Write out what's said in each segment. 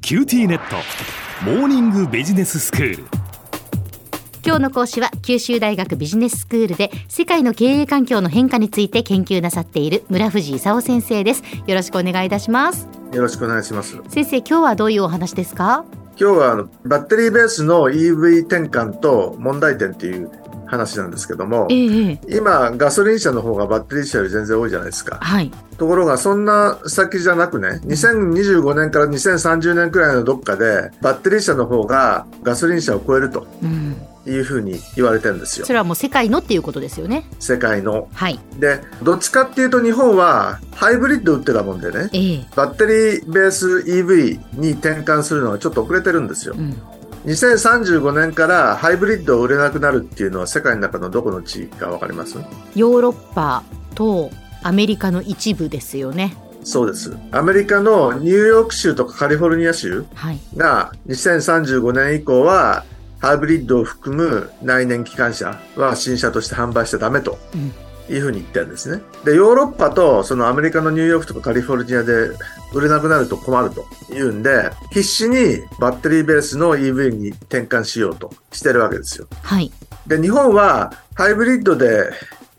キューティーネットモーニングビジネススクール今日の講師は九州大学ビジネススクールで世界の経営環境の変化について研究なさっている村藤勲先生ですよろしくお願いいたしますよろしくお願いします。先生今日はどういうお話ですか今日はあのバッテリーベースの EV 転換と問題点っていう話なんですけども、ええ今ガソリン車の方がバッテリー車より全然多いじゃないですか。はいところがそんな先じゃなくね、2025年から2030年くらいのどっかでバッテリー車の方がガソリン車を超えるとうんいうふうに言われてるんですよそ。れはもう世界のっていうことですよね世界の。はいで、どっちかっていうと日本はハイブリッド売ってたもんでね、ええバッテリーベース EV に転換するのがちょっと遅れてるんですよう。ん2035年からハイブリッドを売れなくなるっていうのは世界の中のどこの地域かわかりますヨーロッパとアメリカの一部ですよねそうです。アメリカのニューヨーク州とかカリフォルニア州はいが2035年以降はハイブリッドを含む内燃機関車は新車として販売しちゃダメとうんいうふうに言ってるんですね。で、ヨーロッパとそのアメリカのニューヨークとかカリフォルニアで売れなくなると困るというんで、必死にバッテリーベースの EV に転換しようとしてるわけですよ。はいで、日本はハイブリッドで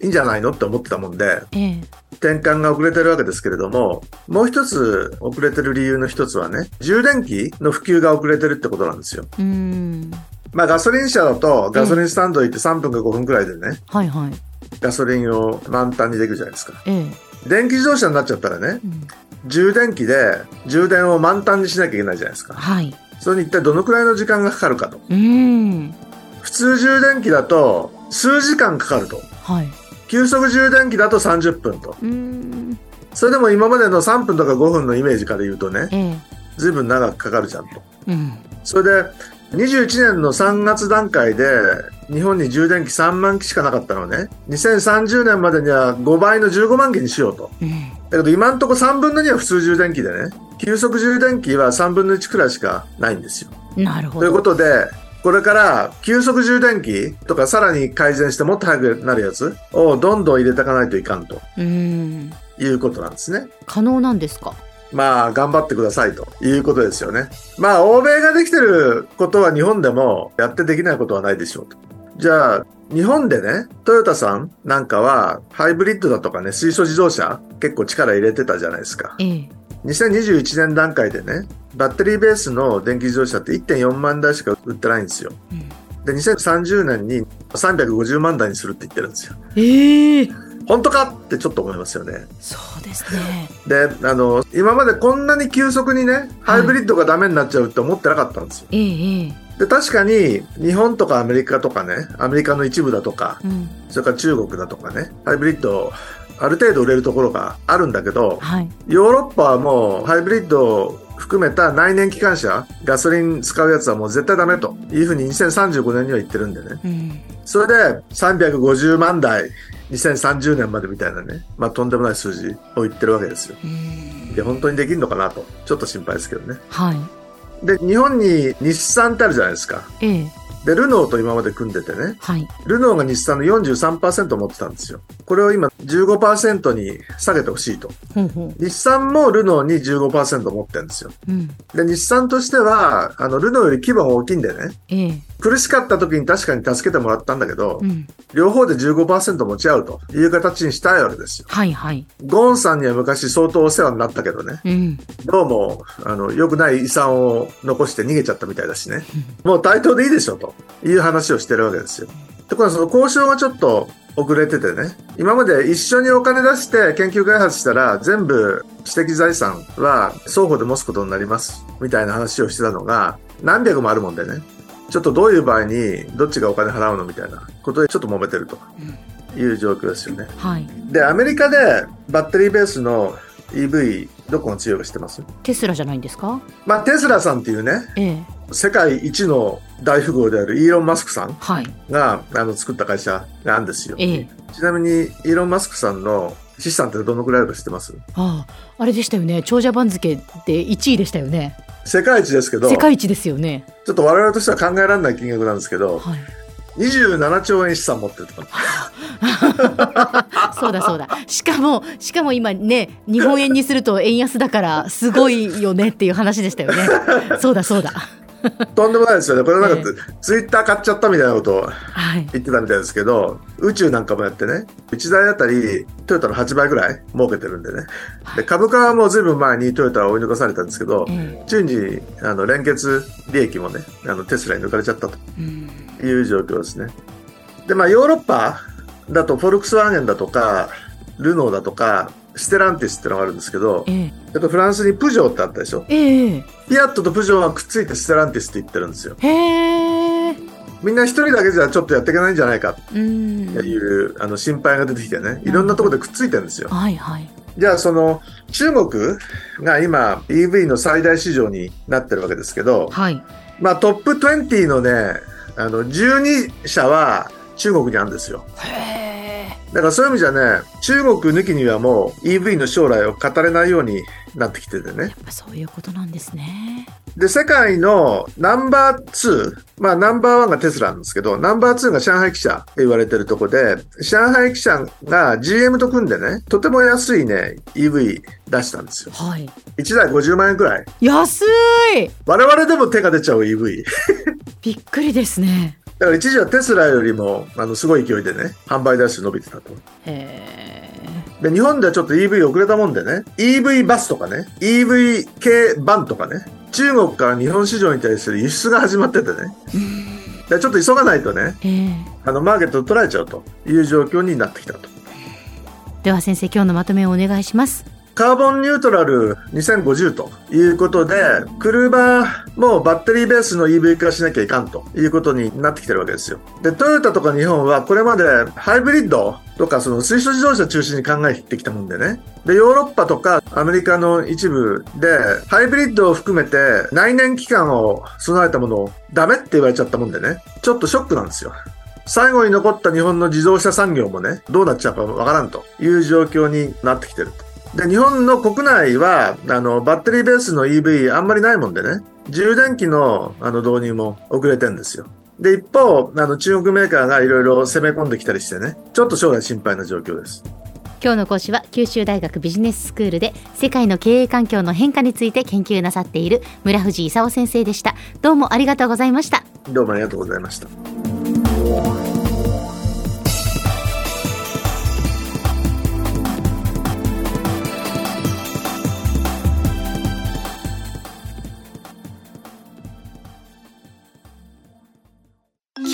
いいんじゃないのって思ってたもんで、ええ転換が遅れてるわけですけれども、もう一つ遅れてる理由の一つはね、充電器の普及が遅れてるってことなんですよ。うんまあガソリン車だと、ガソリンスタンド行って3分か5分くらいでね、はいはいガソリンを満タンにできるじゃないですか。ええ電気自動車になっちゃったらね、うん充電器で充電を満タンにしなきゃいけないじゃないですか。はいそれに一体どのくらいの時間がかかるかと。うん普通充電器だと、数時間かかると。はい急速充電器だと30分と。うんそれでも今までの3分とか5分のイメージから言うとね、ええずいぶん長くかかるじゃんと。うんそれで、21年の3月段階で、日本に充電器3万機しかなかったのね、2030年までには5倍の15万機にしようと。うんだけど今んとこ3分の2は普通充電器でね、急速充電器は3分の1くらいしかないんですよ。なるほというどことで、これから急速充電器とかさらに改善してもっと早くなるやつをどんどん入れていかないといかんとうんいうことなんですね。可能なんですかまあ、頑張ってくださいということですよね。まあ、欧米ができてることは日本でもやってできないことはないでしょうと。じゃあ、日本でね、トヨタさんなんかは、ハイブリッドだとかね、水素自動車、結構力入れてたじゃないですか。ええ2021年段階でね、バッテリーベースの電気自動車って1.4万台しか売ってないんですよ。うんで、2030年に350万台にするって言ってるんですよ。ええ本当かってちょっと思いますよね。そうですねで、あの、今までこんなに急速にね、ハイブリッドがダメになっちゃうって思ってなかったんですよ。ええええで、確かに、日本とかアメリカとかね、アメリカの一部だとか、うんそれから中国だとかね、ハイブリッド、ある程度売れるところがあるんだけど、はいヨーロッパはもう、ハイブリッドを含めた内燃機関車、ガソリン使うやつはもう絶対ダメというふうに2035年には言ってるんでね。うんそれで350万台、2030年までみたいなね、まあとんでもない数字を言ってるわけですよ。うんで、本当にできるのかなと、ちょっと心配ですけどね。はいで、日本に日産ってあるじゃないですか。ええで、ルノーと今まで組んでてね、はいルノーが日産の43%持ってたんですよ。これを今15%に下げてほしいと。ほうほう日産もルノーに15%持ってるんですよ。うんで、日産としては、あの、ルノーより規模が大きいんでね、ええ苦しかった時に確かに助けてもらったんだけどう、ん両方で15%持ち合うという形にしたいわけですよ。はいはいゴーンさんには昔相当お世話になったけどね、うんどうも、あの、良くない遺産を残して逃げちゃったみたいだしね。もう対等でいいでしょ、という話をしてるわけですよ。ところがその交渉がちょっと遅れててね。今まで一緒にお金出して研究開発したら、全部知的財産は双方で持つことになります。みたいな話をしてたのが、何百もあるもんでね。ちょっとどういう場合に、どっちがお金払うのみたいなことでちょっと揉めてるという状況ですよね。はいで、アメリカでバッテリーベースの EV、どこが強いか知ってますテスラじゃないんですかまあ、テスラさんっていうね、ええ世界一の大富豪であるイーロン・マスクさんはいがあの作った会社なんですよ。ええちなみに、イーロン・マスクさんの資産ってどのくらいあるか知ってますあああれでしたよね長者番付で1位でしたよね世界一ですけど、世ちょ界一ですよねっと我々としては考えられない金額なんですけど、はい 27兆円資産持ってるとか、そうだそうだしかもしかも今ね日本円にすると円安だからすごいよねっていう話でしたよねそうだそうだとんでもないですよね。これなんかえツイッター買っちゃったみたいなことをはい言ってたみたいですけど、宇宙なんかもやってね、1台あたりトヨタの8倍ぐらい儲けてるんでね。で株価はもうずいぶん前にトヨタは追い抜かされたんですけど、え順次、あの、連結利益もね、あの、テスラに抜かれちゃったとえうんいう状況ですね。で、まあ、ヨーロッパだと、フォルクスワーゲンだとか、ルノーだとか、ステランティスってのがあるんですけど、えあとフランスにプジョーってあったでしょえええピアットとプジョーはくっついてステランティスって言ってるんですよ。へえみんな一人だけじゃちょっとやっていけないんじゃないかっうていんう、あの、心配が出てきてね、いろんなところでくっついてるんですよ。はいはいじゃあその中国が今 EV の最大市場になってるわけですけど、はいまあトップ20のね、あの12社は中国にあるんですよ。へえだからそういう意味じゃね、中国抜きにはもう EV の将来を語れないようになってきててね。そういうことなんですねで、世界のナンバー2、まあナンバー1がテスラなんですけど、ナンバー2が上海汽車って言われてるとこで、上海汽車が GM と組んでね、とても安いね、EV 出したんですよ。はい1台50万円くらい。安い我々でも手が出ちゃう EV。びっくりですねだから一時はテスラよりも、あの、すごい勢いでね、販売台数伸びてたと。へえで、日本ではちょっと EV 遅れたもんでね、EV バスとかね、EV 系バンとかね、中国から日本市場に対する輸出が始まっててね。でちょっと急がないとね、ええあの、マーケットを取られちゃうという状況になってきたと。では先生今日のまとめをお願いしますカーボンニュートラル2050ということで、車もバッテリーベースの EV 化しなきゃいかんということになってきてるわけですよ。で、トヨタとか日本はこれまでハイブリッドとかその水素自動車中心に考えてきたもんでね。で、ヨーロッパとかアメリカの一部で、ハイブリッドを含めて内燃機関を備えたものをダメって言われちゃったもんでね。ちょっとショックなんですよ。最後に残った日本の自動車産業もね、どうなっちゃうかわからんという状況になってきてると。で、日本の国内は、あの、バッテリーベースの EV あんまりないもんでね、充電器のあの導入も遅れてんですよ。で、一方、あの、中国メーカーがいろいろ攻め込んできたりしてね、ちょっと将来心配な状況です。今日の講師は九州大学ビジネススクールで世界の経営環境の変化について研究なさっている村藤勲先生でしたどうもありがとうございましたどうもありがとうございました。キュ